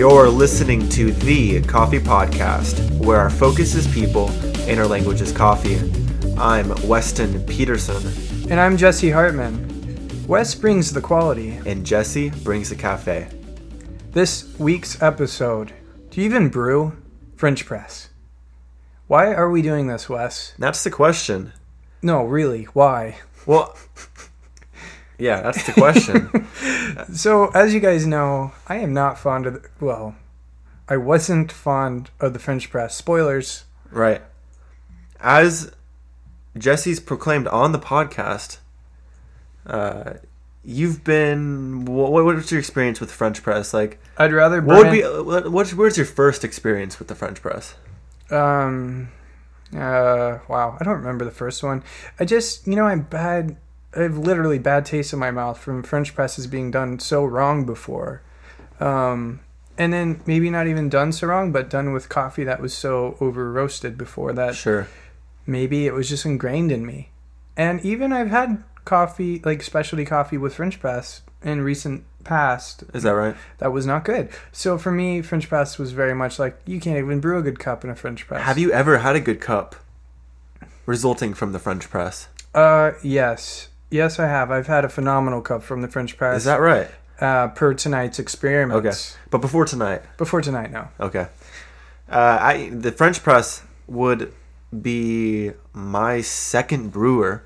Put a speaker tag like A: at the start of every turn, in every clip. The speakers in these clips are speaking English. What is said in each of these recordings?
A: You're listening to The Coffee Podcast, where our focus is people and our language is coffee. I'm Weston Peterson,
B: And I'm Jesse Hartman. Wes brings the quality.
A: and Jesse brings the cafe.
B: This week's episode Do you even brew? French press. Why are we doing this, Wes?
A: That's the question.
B: No, really, why?
A: Well, yeah, that's the question.
B: So, as you guys know, I am not fond of, the, well, I wasn't fond of the French press. Spoilers.
A: right. As Jesse's proclaimed on the podcast, uh, you've been. What, what's your experience with French press? Like,
B: I'd rather burn
A: What would be what, what? Where's your first experience with the French press?
B: Um, uh, wow, I don't remember the first one. I just, you know, I'm bad. I have literally bad taste in my mouth from French presses being done so wrong before. Um, and then maybe not even done so wrong, but done with coffee that was so over roasted before that
A: Sure.
B: maybe it was just ingrained in me. And even I've had coffee, like specialty coffee with French press in recent past
A: Is that right?
B: that was not good. So for me, French press was very much like you can't even brew a good cup in a French press.
A: Have you ever had a good cup resulting from the French press?
B: Uh, yes. Yes, I have. I've had a phenomenal cup from the French press.
A: Is that right?
B: uh, per tonight's
A: Okay.
B: experiments?
A: But before tonight,
B: Before tonight, no.
A: okay. Uh, I the French press would be my second brewer,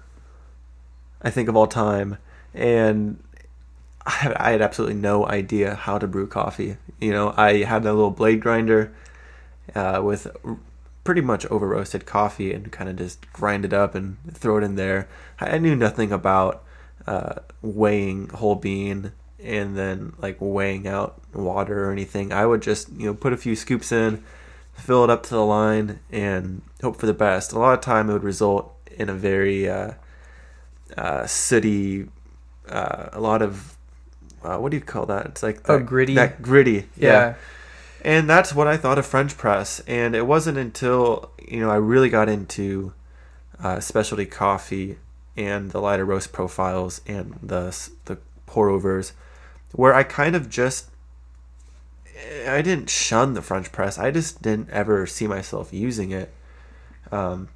A: I think of all time, and I had, I had absolutely no idea how to brew coffee. You know, I had a little blade grinder uh, with r- pretty much over roasted coffee and kind of just grind it up and throw it in there. I I knew nothing about uh, weighing whole bean and then like weighing out water or anything. I would just you know put a few scoops in, fill it up to the line, and hope for the best. A lot of time it would result in a very uh, uh, sooty, uh, a lot of uh, what do you call that? It's like
B: Oh,
A: that-
B: gritty.
A: That gritty, yeah.
B: Yeah.
A: And that's what I thought of French press. And it wasn't until you know I really got into uh, specialty coffee and the lighter roast profiles and the s- the pour overs, where I kind of just eh, I didn't shun the French press. I just didn't ever see myself using it. Um,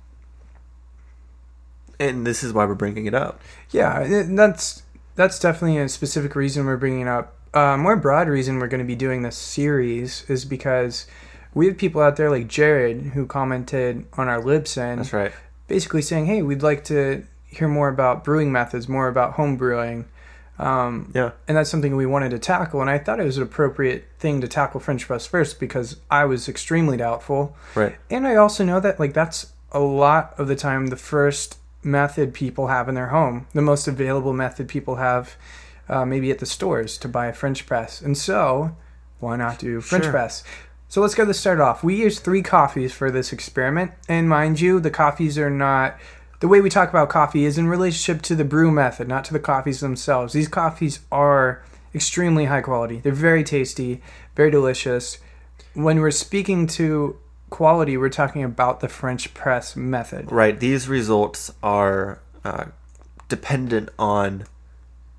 A: and this is why we're bringing it up.
B: Yeah, and that's that's definitely a specific reason we're bringing it up. Uh, more broad reason we're going to be doing this series is because we have people out there like Jared who commented on our Libsyn
A: That's right.
B: basically saying, "Hey, we'd like to hear more about brewing methods, more about home brewing." Um,
A: Yeah.
B: and that's something we wanted to tackle. And I thought it was an appropriate thing to tackle French press first because I was extremely doubtful.
A: Right.
B: And I also know that like that's a lot of the time the first method people have in their home, the most available method people have, uh, maybe at the stores to buy a French press. And so, why not do French
A: Sure.
B: press? So let's go to start off. We used three coffees for this experiment, and mind you, the coffees are not. The way we talk about coffee is in relationship to the brew method, not to the coffees themselves. These coffees are extremely high quality. They're very tasty, very delicious. When we're speaking to quality, we're talking about the French press method.
A: Right. These results are uh, dependent on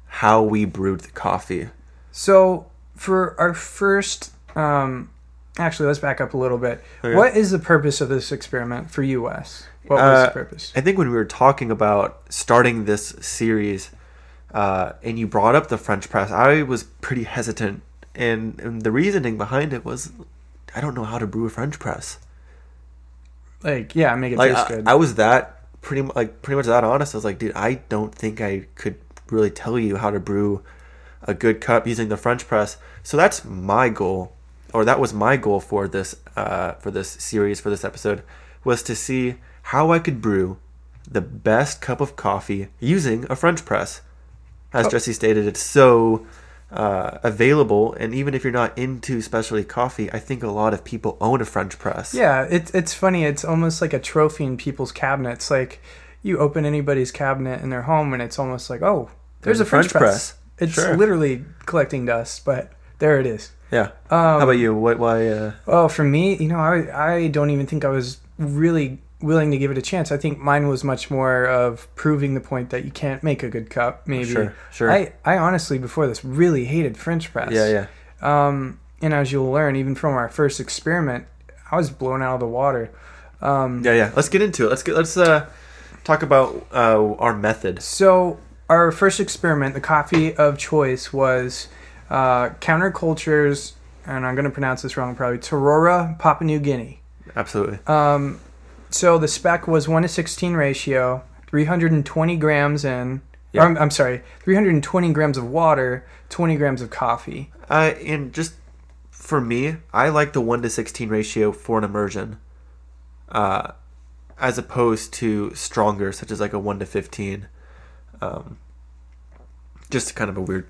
A: how we brewed the coffee.
B: So, for our first, um, actually, let's back up a little bit. What is the purpose of this experiment for you, Wes? What was
A: Uh,
B: the purpose?
A: I think when we were talking about starting this series, uh, and you brought up the French press, I was pretty hesitant, and, and the reasoning behind it was, I don't know how to brew a French press.
B: Like, yeah, make it
A: Like
B: taste
A: I,
B: good.
A: I was that pretty mu- like pretty much that honest. I was like, dude, I don't think I could really tell you how to brew a good cup using the French press. So that's my goal, or that was my goal for this uh, for this series for this episode, was to see how I could brew the best cup of coffee using a French press. As
B: Oh.
A: Jesse stated, it's so uh, available, and even if you're not into specialty coffee, I think a lot of people own a French press.
B: Yeah, it's it's funny. It's almost like a trophy in people's cabinets. Like you open anybody's cabinet in their home, and it's almost like, oh, there's, a French, press. It's
A: Sure.
B: literally collecting dust, but There it is.
A: Yeah. How
B: Um,
A: about you? What? Why? Uh,
B: Well, for me, you know, I I don't even think I was really willing to give it a chance. I think mine was much more of proving the point that you can't make a good cup. Maybe.
A: Sure, sure.
B: I I honestly before this really hated French press.
A: yeah, yeah.
B: Um, and as you'll learn, even from our first experiment, I was blown out of the water. Um,
A: Yeah, yeah. Let's get into it. Let's get let's uh talk about uh our method.
B: So our first experiment, the coffee of choice was uh, countercultures, and I'm going to pronounce this wrong probably. Torora, Papua New Guinea.
A: Absolutely.
B: Um, so the spec was one to sixteen ratio, 320 grams in.
A: Yeah.
B: Or, I'm, I'm sorry, 320 grams of water, 20 grams of coffee.
A: Uh, and just for me, I like the one to sixteen ratio for an immersion, uh, as opposed to stronger, such as like a one to fifteen. Um, just kind of a weird.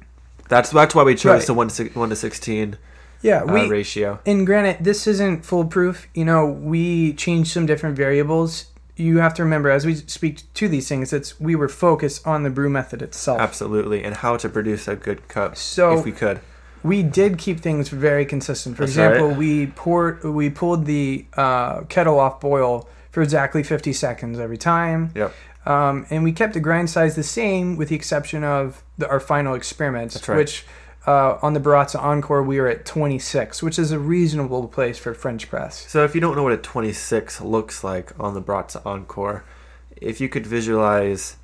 A: That's that's why we chose
B: Right.
A: the one to, six- one to sixteen
B: Yeah,
A: uh,
B: we
A: ratio.
B: and granted this isn't foolproof you know we changed some different variables you have to remember as we speak to these things it's we were focused on the brew method itself
A: Absolutely, and how to produce a good cup
B: So-
A: if we could.
B: we did keep things very consistent for
A: That's
B: example
A: right.
B: we poured we pulled the uh, kettle off boil for exactly 50 seconds every time
A: Yep.
B: um, and we kept the grind size the same with the exception of the, our final experiments
A: That's right.
B: which uh, on the Baratza Encore, we were at 26, which is a reasonable place for French press.
A: So if you don't know what a 26 looks like on the Bratza Encore, if you could visualize,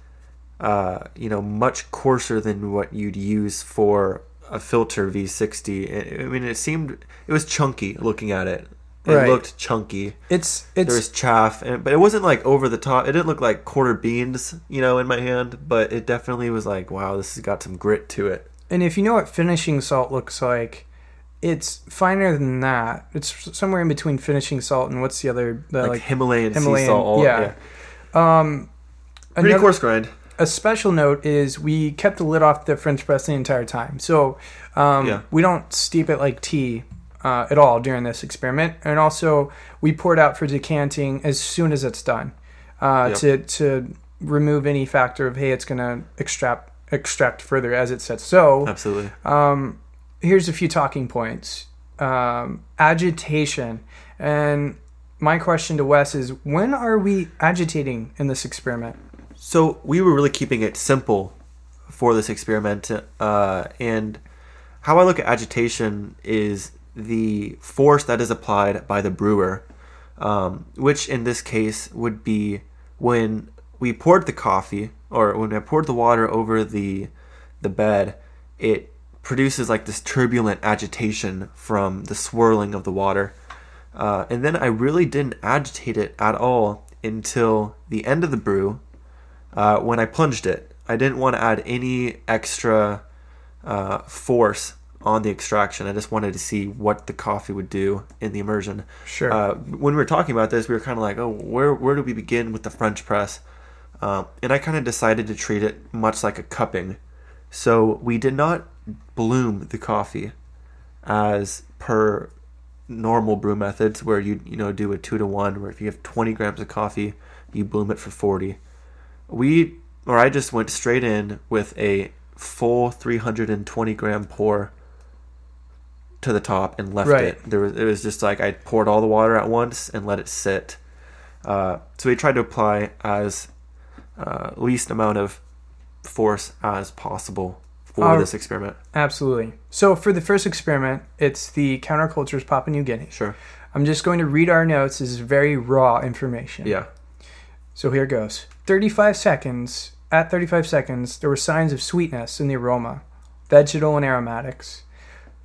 A: uh, you know, much coarser than what you'd use for a filter V60. I- I mean, it seemed it was chunky looking at it. It
B: Right.
A: looked chunky.
B: It's it's
A: there was chaff, and, but it wasn't like over the top. It didn't look like quarter beans, you know, in my hand. But it definitely was like, wow, this has got some grit to it.
B: And if you know what finishing salt looks like, it's finer than that. It's somewhere in between finishing salt and what's the other the
A: Like,
B: like,
A: Himalayan, sea
B: Himalayan,
A: salt. All,
B: yeah.
A: yeah.
B: um
A: pretty
B: another-
A: coarse grind.
B: a special note is we kept the lid off the French press the entire time. So um,
A: Yeah.
B: we don't steep it like tea uh, at all during this experiment. And also, we pour it out for decanting as soon as it's done uh,
A: Yeah.
B: to, to remove any factor of, hey, it's going to extract, extract further as it sets. So
A: Absolutely.
B: Um, here's a few talking points. Um, agitation. And my question to Wes is when are we agitating in this experiment?
A: So we were really keeping it simple for this experiment, uh, and how I look at agitation is the force that is applied by the brewer, um, which in this case would be when we poured the coffee or when I poured the water over the the bed, it produces like this turbulent agitation from the swirling of the water. Uh, and then I really didn't agitate it at all until the end of the brew, uh, when I plunged it. I didn't want to add any extra uh, force on the extraction. I just wanted to see what the coffee would do in the immersion.
B: Sure.
A: Uh, when we were talking about this, we were kind of like, oh, where where do we begin with the French press? Um, and I kind of decided to treat it much like a cupping. So we did not bloom the coffee as per normal brew methods where you you know do a two to one where if you have 20 grams of coffee you bloom it for 40 we or i just went straight in with a full 320 gram pour to the top and left
B: Right.
A: it there was it was just like i poured all the water at once and let it sit uh, so we tried to apply as uh, least amount of force as possible for
B: Uh,
A: this experiment
B: Absolutely. So for the first experiment, it's the countercultures Papua New Guinea.
A: sure
B: I'm just going to read our notes. This is very raw information.
A: yeah
B: So here goes. 35 seconds. At 35 seconds, there were signs of sweetness in the aroma, vegetal and aromatics.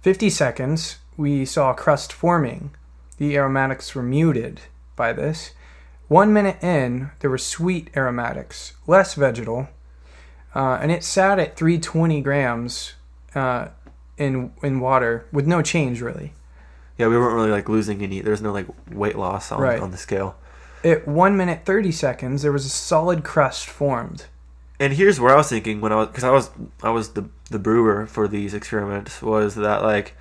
B: 50 seconds, we saw a crust forming. The aromatics were muted by this. One minute in, there were sweet aromatics, less vegetal, uh, and it sat at 320 grams uh, in in water with no change really.
A: Yeah, we weren't really like losing any. There's no like weight loss on,
B: Right.
A: on the scale.
B: At one minute 30 seconds, there was a solid crust formed.
A: And here's where I was thinking when I was because I was I was the the brewer for these experiments was that like,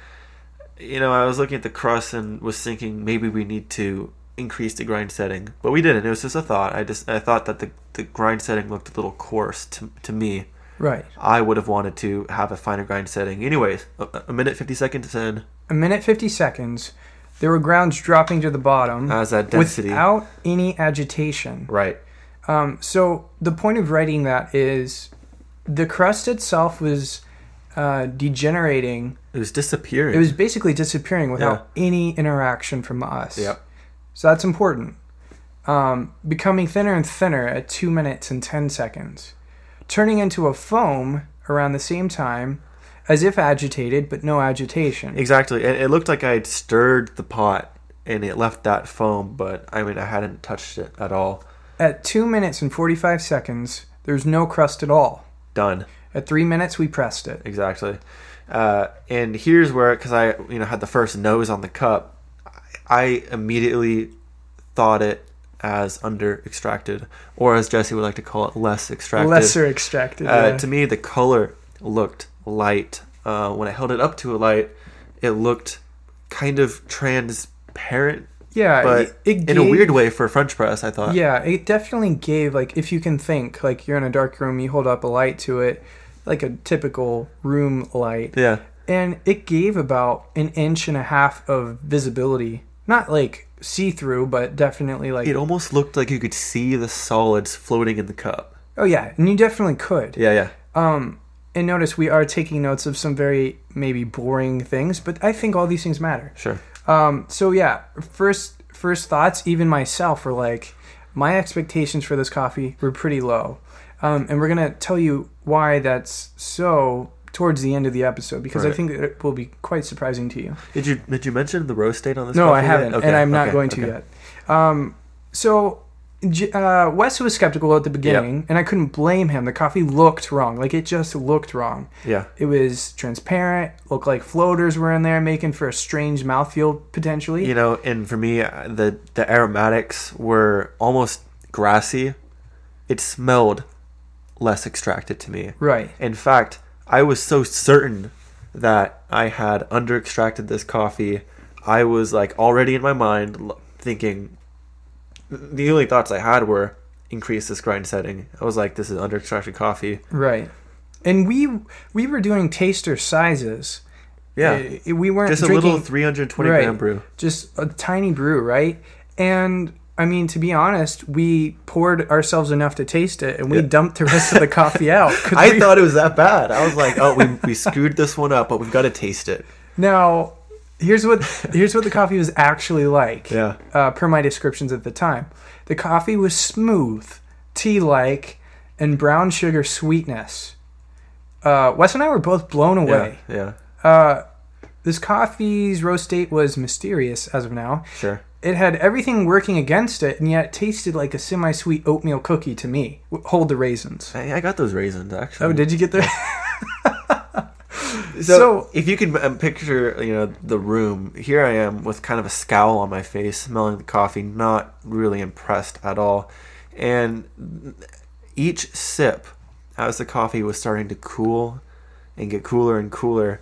A: you know, I was looking at the crust and was thinking maybe we need to increase the grind setting, but we didn't. It was just a thought. I just I thought that the the grind setting looked a little coarse to to me.
B: Right.
A: I would have wanted to have a finer grind setting. Anyways, a, a minute fifty seconds in
B: A minute 50 seconds, there were grounds dropping to the bottom
A: as that density.
B: without any agitation.
A: right.
B: Um, so the point of writing that is the crust itself was uh, degenerating.
A: It was disappearing.
B: It was basically disappearing without any interaction from us.
A: Yep.
B: So that's important. Um, becoming thinner and thinner at two minutes and 10 seconds. Turning into a foam around the same time as if agitated, but no agitation.
A: Exactly. It, it looked like I had stirred the pot and it left that foam, but I mean, I hadn't touched it at all.
B: At two minutes and 45 seconds, there's no crust at all.
A: Done.
B: At three minutes, we pressed it.
A: Exactly. Uh, and here's where, because I, you know, had the first nose on the cup, I, I immediately thought it as under extracted, or as Jesse would like to call it, less extracted.
B: Lesser extracted.
A: Uh,
B: yeah.
A: to me, the color looked light. Uh, when I held it up to a light, it looked kind of transparent,
B: yeah,
A: but
B: it, it
A: in a
B: gave-
A: weird way for a French press. I thought.
B: Yeah, it definitely gave like if you can think like you're in a dark room, you hold up a light to it, like a typical room light,
A: Yeah.
B: and it gave about an inch and a half of visibility. Not like see through, but definitely like
A: It almost looked like you could see the solids floating in the cup.
B: oh yeah, and you definitely could.
A: Yeah, yeah.
B: Um, and notice we are taking notes of some very maybe boring things, but I think all these things matter.
A: Sure.
B: Um, so yeah, first first thoughts, even myself, were like, my expectations for this coffee were pretty low, um, and we're gonna tell you why that's so towards the end of the episode because I
A: Right.
B: think it will be quite surprising to you.
A: Did you did you mention the roast date on this?
B: No,
A: coffee
B: I
A: yet?
B: haven't,
A: Okay,
B: and I'm not
A: okay,
B: going to
A: okay.
B: yet. Um, so. J- Uh, Wes was skeptical at the beginning, and I couldn't blame him. The coffee looked wrong; like it just looked wrong.
A: Yeah.
B: It was transparent, looked like floaters were in there, making for a strange mouthfeel potentially.
A: You know, and for me, uh, the the aromatics were almost grassy. It smelled less extracted to me.
B: Right.
A: In fact, I was so certain that I had under extracted this coffee. I was like already in my mind l- thinking the only thoughts I had were increase this grind setting. I was like, this is under extracted coffee.
B: Right. And we we were doing taster sizes.
A: Yeah.
B: Uh, we weren't
A: just a
B: drinking
A: little 320
B: Right.
A: gram brew.
B: just a tiny brew, right? And I mean, to be honest, we poured ourselves enough to taste it, and we
A: Yeah.
B: dumped the rest of the coffee out. 'Cause
A: I
B: we-
A: thought it was that bad. I was like, oh, we, we screwed this one up, but we've got to taste it.
B: now here's what here's what the coffee was actually like.
A: Yeah.
B: Uh, per my descriptions at the time, the coffee was smooth, tea-like, and brown sugar sweetness. Uh, Wes and I were both blown away.
A: Yeah. Yeah.
B: Uh, this coffee's roast date was mysterious as of now.
A: Sure.
B: It had everything working against it, and yet it tasted like a semi-sweet oatmeal cookie to me. W- Hold the raisins.
A: I, I got those raisins actually.
B: Oh, did you get the?
A: so,
B: so-
A: if you can um, picture, you know, the room. Here I am with kind of a scowl on my face, smelling the coffee, not really impressed at all. And each sip, as the coffee was starting to cool and get cooler and cooler,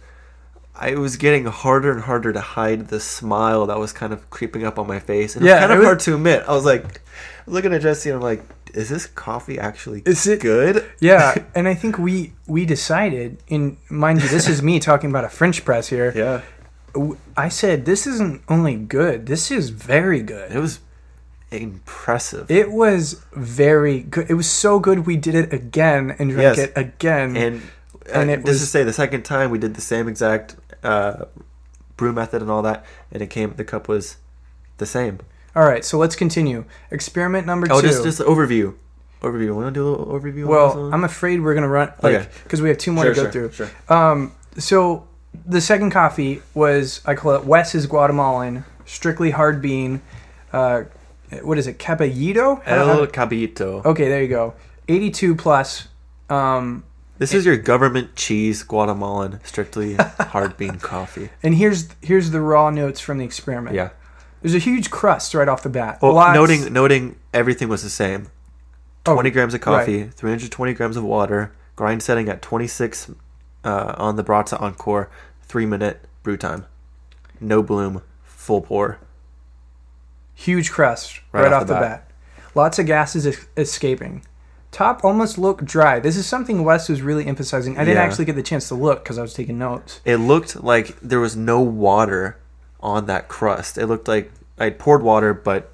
A: I was getting harder and harder to hide the smile that was kind of creeping up on my face, and it
B: Yeah,
A: was kind
B: it
A: of
B: was-
A: hard to admit. I was like, looking at Jesse, and I'm like, "Is this coffee actually
B: Is it-
A: good?"
B: yeah, and I think we we decided. And mind you, this is me talking about a French press here.
A: Yeah,
B: W- I said this isn't only good. This is very
A: it
B: good.
A: was impressive.
B: It was very good. It was so good. We did it again and drank
A: Yes.
B: it again.
A: and
B: Mm-hmm.
A: and
B: and it
A: it just to
B: was-
A: say the second time we did the same exact uh, brew method and all that, and it came the cup was the same.
B: All right, so let's continue. Experiment number two.
A: Oh, just just overview, overview. Want to do a little overview? on this
B: Well,
A: one?
B: I'm afraid we're gonna run
A: Okay.
B: like because we have two more
A: Sure,
B: to go
A: sure,
B: through.
A: sure.
B: Um, so the second coffee was I call it Wes's Guatemalan, strictly hard bean. Uh, what is it, Caballito? How- Uh, how- Oh.
A: El Cabito.
B: Okay, there you go. 82 plus. Um,
A: This is your government cheese Guatemalan strictly hard bean coffee.
B: and here's here's the raw notes from the experiment.
A: Yeah.
B: there's a huge crust right off the bat.
A: Well,
B: Lots-
A: noting noting everything was the same.
B: Oh,
A: 20 grams of coffee, 320 grams of water, grind setting at 26 uh, on the Brazza Encore, 3 minute brew time. No bloom, full pour.
B: huge crest right,
A: Right
B: off, the bat. Lots of gases es- escaping. Top almost looked dry. This is something Wes was really emphasizing. I didn't
A: Yeah.
B: actually get the chance to look because I was taking notes.
A: It looked like there was no water on that crust. It looked like I poured water, but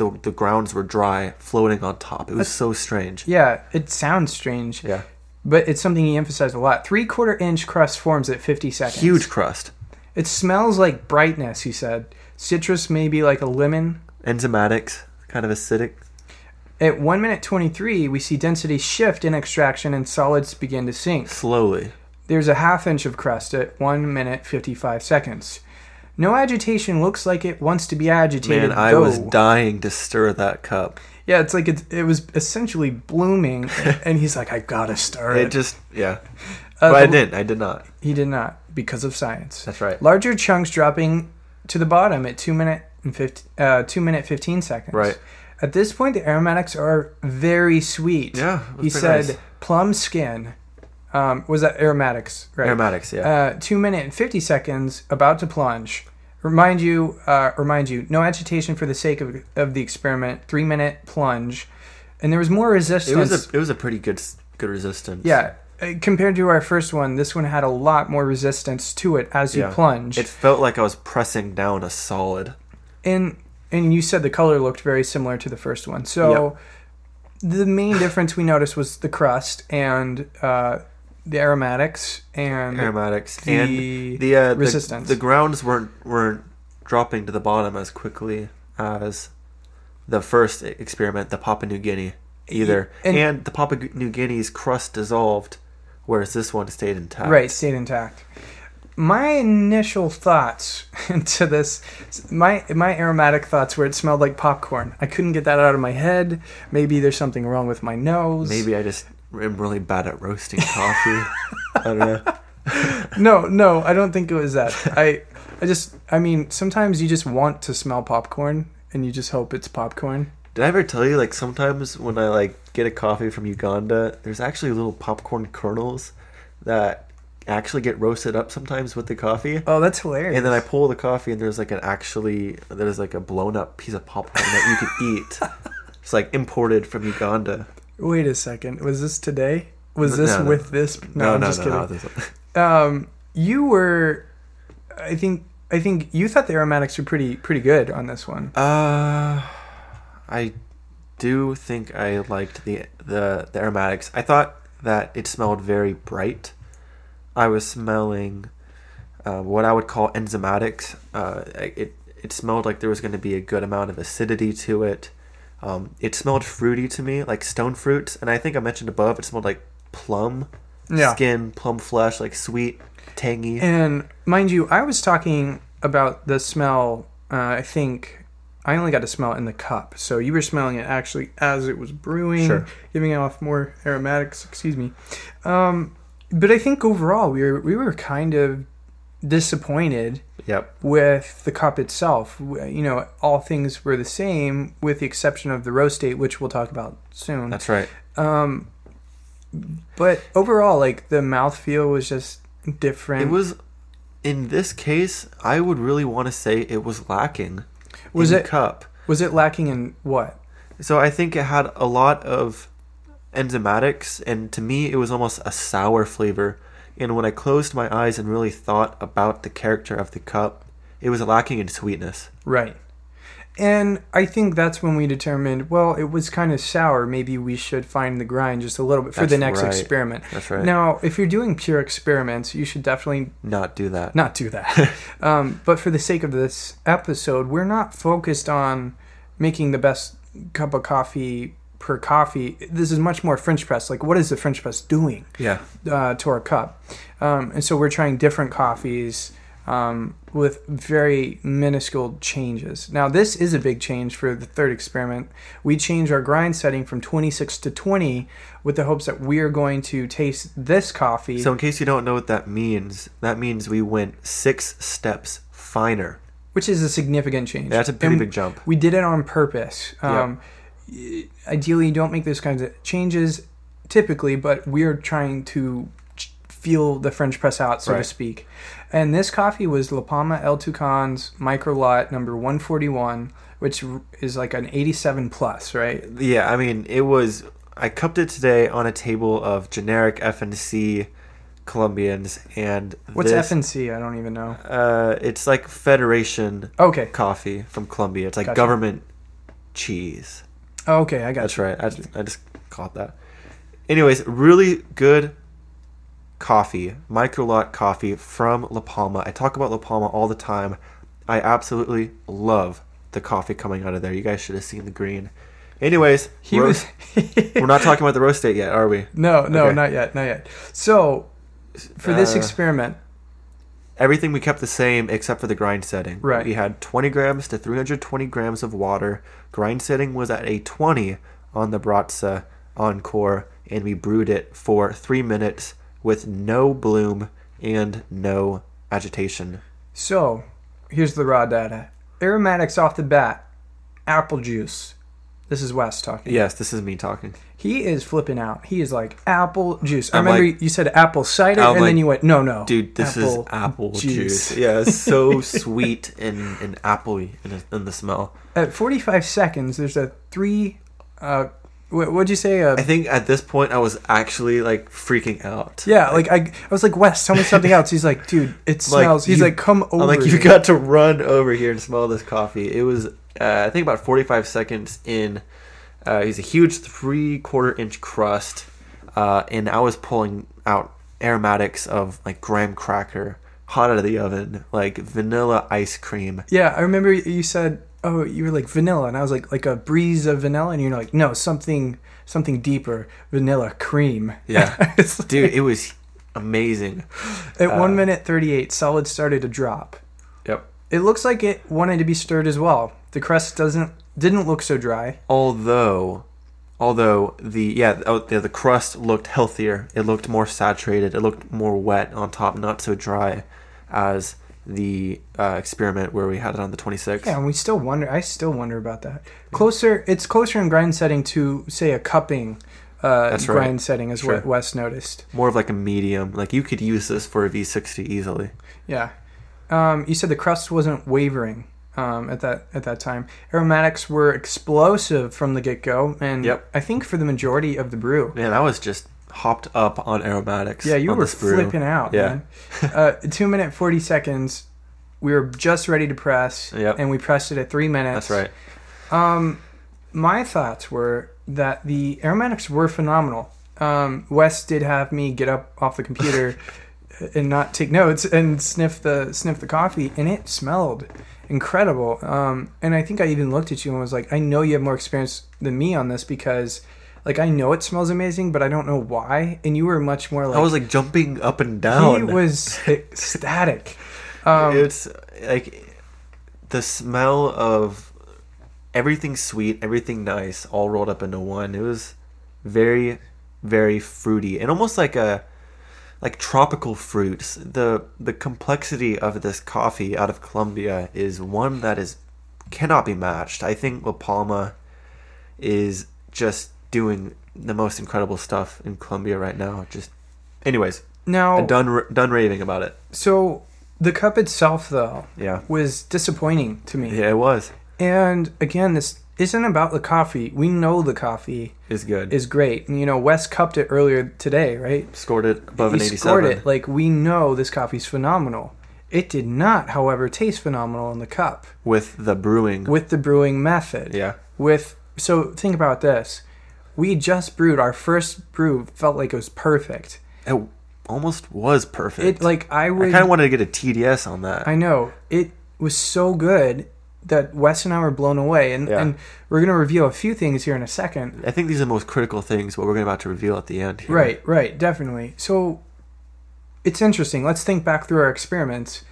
A: the the grounds were dry, floating on top. It was so strange.
B: Yeah, it sounds strange,
A: Yeah,
B: but it's something he emphasized a lot. Three quarter inch crust forms at 50 seconds.
A: huge crust,
B: It smells like brightness, he said. Citrus, maybe like a lemon.
A: enzymatics, kind of acidic.
B: At 1 minute 23, we see density shift in extraction and solids begin to sink.
A: Slowly,
B: There's a half inch of crust at 1 minute 55 seconds. No agitation looks like it wants to be agitated.
A: man, I
B: though.
A: was dying to stir that cup.
B: yeah, it's like it, it was essentially blooming, and he's like, I gotta stir it.
A: It just yeah,
B: Uh,
A: but I
B: the-
A: didn't. I did not.
B: He did not, because of science.
A: That's right.
B: Larger chunks dropping to the bottom at 2 minute and 15, uh, 2 minute 15 seconds.
A: Right.
B: At this point, the aromatics are very sweet.
A: Yeah, it was
B: He
A: pretty
B: said
A: nice.
B: plum skin. Um, was that aromatics? Right.
A: Aromatics, yeah.
B: Uh, 2 minute and 50 seconds, about to plunge. Remind you, uh, remind you, no agitation for the sake of, of the experiment. 3 minute plunge. And there was more resistance.
A: It was a it was a pretty good s- good resistance.
B: Yeah. uh, Compared to our first one, this one had a lot more resistance to it as you
A: Yeah.
B: plunge.
A: It felt like I was pressing down a solid.
B: and and you said the color looked very similar to the first one. So the main difference we noticed was the crust and uh, the aromatics and
A: Aromatics
B: The
A: and the uh, the-
B: resistance.
A: The, grounds weren't weren't dropping to the bottom as quickly as the first e- experiment, the Papua New Guinea, either.
B: and-
A: And, the Papua Gu- New Guinea's crust dissolved, whereas this one stayed intact.
B: right stayed intact. My initial thoughts to this, my my aromatic thoughts were it smelled like popcorn. I couldn't get that out of my head. Maybe there's something wrong with my nose.
A: Maybe I just am really bad at roasting coffee. I don't know.
B: no, no, I don't think it was that. I, I just, I mean, sometimes you just want to smell popcorn and you just hope it's popcorn.
A: Did I ever tell you like sometimes when I like get a coffee from Uganda, there's actually little popcorn kernels that actually get roasted up sometimes with the coffee.
B: Oh, that's hilarious.
A: And then I pull the coffee, and there's like an actually there's like a blown up piece of popcorn that you can eat. It's like imported from Uganda.
B: Wait a second. Was this today? Was
A: No,
B: this
A: no.
B: with this? No, I'm just kidding.
A: this one.
B: Um, you were, I think, I think you thought the aromatics were pretty, pretty good on this one.
A: Uh, I do think I liked the the the aromatics. I thought that it smelled very bright. I was smelling uh, what I would call enzymatics. Uh, it it smelled like there was going to be a good amount of acidity to it. Um, it smelled fruity to me, like stone fruits, and I think I mentioned above it smelled like plum
B: Yeah.
A: skin, plum flesh, like sweet, tangy.
B: And mind you, I was talking about the smell. Uh, I think I only got to smell it in the cup, so you were smelling it actually as it was brewing,
A: Sure.
B: giving off more aromatics. Excuse me. Um, but I think overall, we were we were kind of disappointed
A: yep.
B: with the cup itself. W- You know, all things were the same, with the exception of the roast date, which we'll talk about soon.
A: That's right.
B: Um, but overall, like the mouthfeel was just different.
A: It was, in this case, I would really want to say it was lacking.
B: Was
A: in
B: it-
A: cup?
B: Was it lacking in what?
A: So I think it had a lot of enzymatics, and to me, it was almost a sour flavor. And when I closed my eyes and really thought about the character of the cup, it was lacking in sweetness.
B: Right. And I think that's when we determined, well, it was kind of sour. Maybe we should find the grind just a little bit for the
A: That's
B: next
A: right.
B: experiment.
A: That's right.
B: Now, if you're doing pure experiments, you should definitely
A: Not do that.
B: not do that. um, but for the sake of this episode, we're not focused on making the best cup of coffee per coffee. This is much more French press. Like, what is the French press doing?
A: Yeah.
B: uh, to our cup. Um, and so we're trying different coffees um, with very minuscule changes. Now, this is a big change for the third experiment. We change our grind setting from 26 to 20 with the hopes that we're going to taste this coffee.
A: So in case you don't know what that means, that means we went six steps finer.
B: which is a significant change.
A: That's a pretty
B: And
A: big jump.
B: We did it on purpose. Um, y- Ideally, you don't make those kinds of changes typically, but we're trying to ch- feel the French press out, so to
A: Right.
B: speak. And this coffee was La Palma El Tucan's Micro Lot number 141, which r- is like an 87 plus, right?
A: Yeah, I mean, it was I cupped it today on a table of generic FNC Colombians and
B: What's
A: this,
B: FNC? I don't even know.
A: Uh, it's like Federation
B: Okay.
A: coffee from Colombia. It's like
B: Oh. Gotcha.
A: government cheese.
B: Oh, okay, I got
A: That's right. I, I just caught that. Anyways, really good coffee, micro lot coffee from La Palma. I talk about La Palma all the time. I absolutely love the coffee coming out of there. You guys should have seen the green. Anyways,
B: He
A: roast-
B: was.
A: we're not talking about the roast date yet, are we?
B: no, no,
A: Okay.
B: not yet, not yet. So, for this
A: Uh,
B: experiment,
A: Everything we kept the same except for the grind setting.
B: Right.
A: We had 20 grams to 320 grams of water. Grind setting was at a 20 on the Bratza Encore, and we brewed it for three minutes with no bloom and no agitation.
B: so here's the raw data. Aromatics off the bat, apple juice. This is Wes talking.
A: Yes, this is me talking.
B: He is flipping out. He is like apple juice. I
A: I'm
B: remember
A: like-
B: you said apple cider,
A: I'm
B: and then
A: like,
B: you went, no, no,
A: Dude, this is apple juice. Yeah, it's so sweet and, and appley in, in the smell.
B: At 45 seconds, there's a three. Uh, what, what'd you say? Uh, A,
A: I think at this point I was actually like freaking out.
B: yeah, like I, I was like, Wes, tell me something else. He's like, dude, it
A: Like,
B: smells. He's
A: you-
B: like, come over.
A: I'm like, you
B: here."
A: got to run over here and smell this coffee. It was, uh, I think, about 45 seconds in. Uh, it was a huge three quarter inch crust, uh, and I was pulling out aromatics of like graham cracker, hot out of the oven, like vanilla ice cream.
B: Yeah, I remember you said, "Oh, you were like vanilla," and I was like, "Like a breeze of vanilla," and you're like, "No, something, something deeper, vanilla cream."
A: Yeah.
B: It's like-
A: Dude, it was amazing.
B: at
A: Uh,
B: one minute thirty-eight, solid started to drop.
A: Yep.
B: It looks like it wanted to be stirred as well. The crust doesn't didn't look so dry.
A: although although the yeah oh, the, the crust looked healthier it looked more saturated it looked more wet on top not so dry as the uh, experiment where we had it on the 26th
B: Yeah, and we still wonder. I still wonder about that. Closer, it's closer in grind setting to say a cupping. Uh,
A: That's right.
B: grind setting is
A: Sure.
B: what Wes noticed.
A: more of like a medium like you could use this for a v60 easily
B: Yeah. Um, you said the crust wasn't wavering um, at that at that time. Aromatics were explosive from the get go, and
A: Yep.
B: I think for the majority of the brew.
A: man i was just hopped up on aromatics
B: Yeah, you
A: on
B: were
A: this brew.
B: flipping out,
A: Yeah.
B: man. uh, two minute forty seconds. We were just ready to press,
A: Yep.
B: and we pressed it at three minutes.
A: that's right
B: Um, my thoughts were that the aromatics were phenomenal. Um, Wes did have me get up off the computer and not take notes and sniff the sniff the coffee, and it smelled incredible. Um, and I think I even looked at you and was like, "I know you have more experience than me on this because, like, I know it smells amazing, but I don't know why." And you were much more like,
A: i was like jumping up and
B: "He
A: down
B: was ecstatic." Um,
A: it's like the smell of everything sweet, everything nice, all rolled up into one. It was very, very fruity and almost like a like tropical fruits. The the complexity of this coffee out of Colombia is one that is cannot be matched. I think La Palma is just doing the most incredible stuff in Colombia right now. Just, anyways,
B: now,
A: done r- done raving about it.
B: so the cup itself, though,
A: Yeah,
B: was disappointing to me.
A: yeah, it was.
B: And again, this isn't about the coffee. We know the coffee
A: It's good.
B: is great. And, you know, Wes cupped it earlier today, right?
A: scored it above an
B: he scored
A: 87.
B: it. Like, we know this coffee's phenomenal. It did not, however, taste phenomenal in the cup
A: with the brewing.
B: with the brewing method.
A: yeah,
B: With so think about this. We just brewed our first brew felt like it was perfect.
A: it almost was perfect.
B: It like I
A: I
B: would
A: kind of wanted to get a TDS on that.
B: I know it was so good that Wes and I were blown away, and,
A: Yeah.
B: and we're gonna review a few things here in a second.
A: I think these are the most critical things. What we're about to reveal at the end. Here.
B: Right, right, definitely. So it's interesting. Let's think back through our experiments.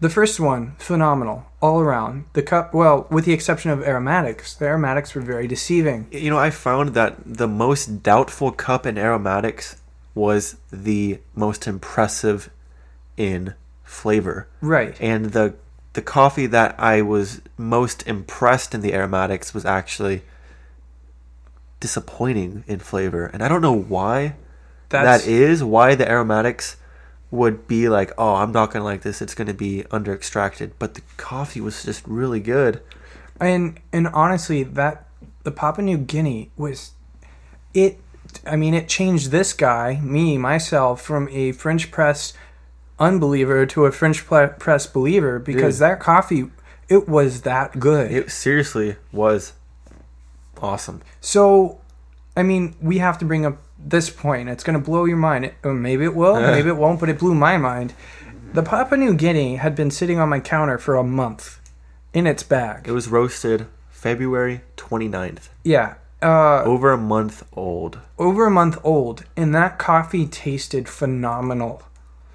B: The first one, phenomenal, all around. The cup, well, with the exception of aromatics, the aromatics were very deceiving.
A: You know, I found that the most doubtful cup in aromatics was the most impressive in flavor.
B: Right.
A: and the the coffee that I was most impressed in the aromatics was actually disappointing in flavor, and I don't know why
B: That's-
A: that is. Why the aromatics would be like, oh, I'm not gonna like this. It's gonna be under extracted, but the coffee was just really good.
B: And and honestly, that the Papua New Guinea was it I mean it changed this guy, me myself from a French press unbeliever to a French pl- press believer because
A: Dude.
B: that coffee it was that good.
A: It seriously was awesome.
B: So, I mean, we have to bring up this point. It's going to blow your mind. It- or maybe it will, maybe it won't, but it blew my mind. The Papua New Guinea had been sitting on my counter for a month in its
A: It
B: bag.
A: was roasted February 29th,
B: Yeah. Uh,
A: over a month old,
B: over a month old, and that coffee tasted phenomenal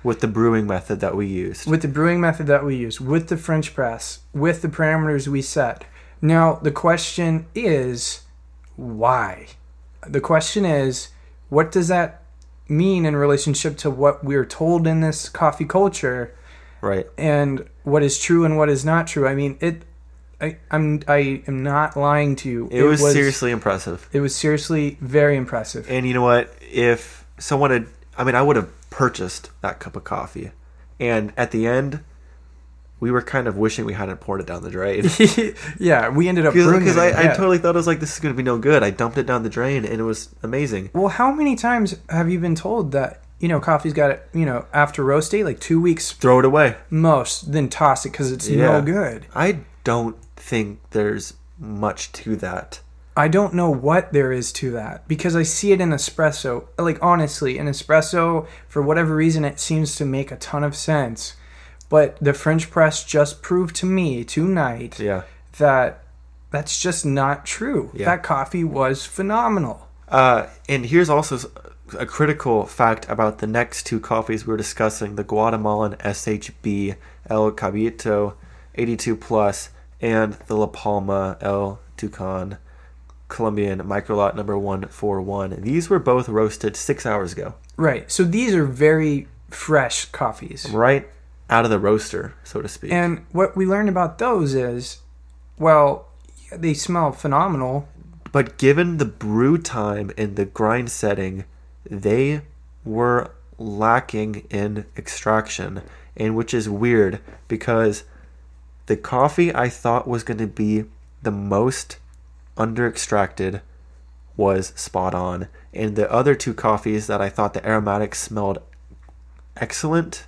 A: with the brewing method that we used.
B: with the brewing method that we use, with the French press, with the parameters we set. Now, the question is why? The question is what does that mean in relationship to what we're told in this coffee culture
A: Right.
B: and what is true and what is not true? I mean, it. I, I'm I am not lying to you.
A: It, was, seriously impressive.
B: It was seriously very impressive.
A: And you know what? If someone had, I mean, I would have purchased that cup of coffee. And at the end, we were kind of wishing we hadn't poured it down the drain.
B: yeah, we ended up brewing
A: Because
B: it,
A: I, I
B: yeah.
A: totally thought it was like, this is going to be no good. I dumped it down the drain and it was amazing.
B: Well, how many times have you been told that you know coffee's got it? You know, after roast date, like two weeks
A: Throw it away.
B: most, then toss it because it's
A: Yeah.
B: no good.
A: I don't think there's much to that.
B: I don't know what there is to that because I see it in espresso. Like honestly, in espresso, for whatever reason, it seems to make a ton of sense. But the French press just proved to me tonight
A: Yeah.
B: that that's just not true.
A: Yeah.
B: That coffee was phenomenal.
A: Uh, and here's also s- a critical fact about the next two coffees we were discussing the Guatemalan SHB El Cabito 82 Plus and the La Palma El Tucan Colombian Microlot number 141. These were both roasted six hours ago,
B: Right. So these are very fresh coffees.
A: right out of the roaster, so to speak.
B: And what we learned about those is, well, yeah, they smell phenomenal.
A: But given the brew time and the grind setting, they were lacking in extraction, and which is weird because the coffee I thought was going to be the most under extracted was spot on, and the other two coffees that I thought the aromatics smelled excellent,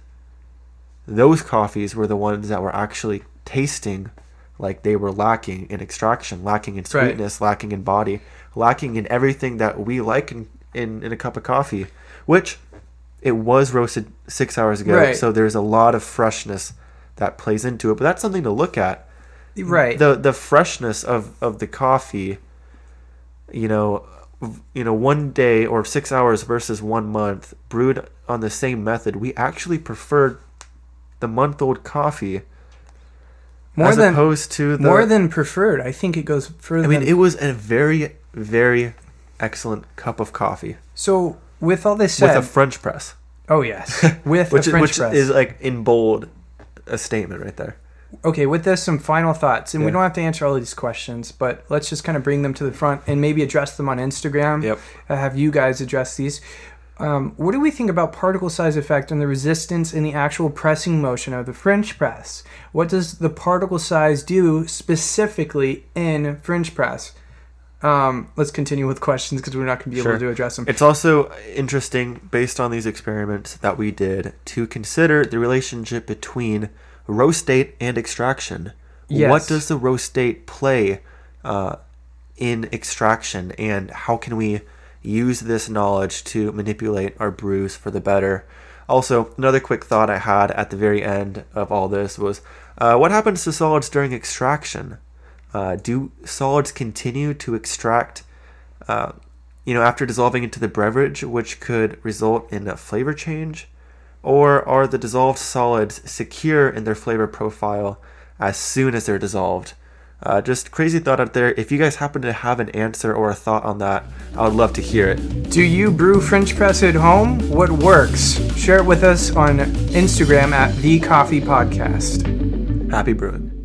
A: those coffees were the ones that were actually tasting like they were lacking in extraction, lacking in
B: Right.
A: sweetness, lacking in body, lacking in everything that we like in, in, in a cup of coffee, which it was roasted six hours ago.
B: Right.
A: So there's a lot of freshness that plays into it, but that's something to look at
B: Right.
A: the the freshness of of the coffee you know v- you know one day or 6 hours versus 1 month brewed on the same method we actually preferred the month old coffee
B: more
A: as
B: than
A: opposed to the
B: more than preferred. I think it goes further.
A: I mean
B: than,
A: it was a very very excellent cup of coffee
B: so with all this said,
A: with a french press
B: oh yes, with
A: which is,
B: a French
A: which
B: press.
A: is like in bold a statement right there
B: okay, with this, some final thoughts, and we
A: Yeah.
B: don't have to answer all these questions, but let's just kind of bring them to the front and maybe address them on Instagram.
A: Yep.
B: Uh, have you guys address these? Um, what do we think about particle size effect and the resistance in the actual pressing motion of the French press? What does the particle size do specifically in French press? Um, let's continue with questions because we're not going to be
A: Sure.
B: able to address them.
A: It's also interesting, based on these experiments that we did, to consider the relationship between roast date and extraction.
B: Yes.
A: What does the roast date play uh, in extraction, and how can we use this knowledge to manipulate our brews for the better? Also, another quick thought I had at the very end of all this was uh, what happens to solids during extraction? Uh, do solids continue to extract uh, you know, after dissolving into the beverage, which could result in a flavor change? Or are the dissolved solids secure in their flavor profile as soon as they're dissolved? Uh, just crazy thought out there. If you guys happen to have an answer or a thought on that, I would love to hear it.
B: Do you brew French press at home? What works? Share it with us on Instagram at the Coffee Podcast.
A: Happy brewing.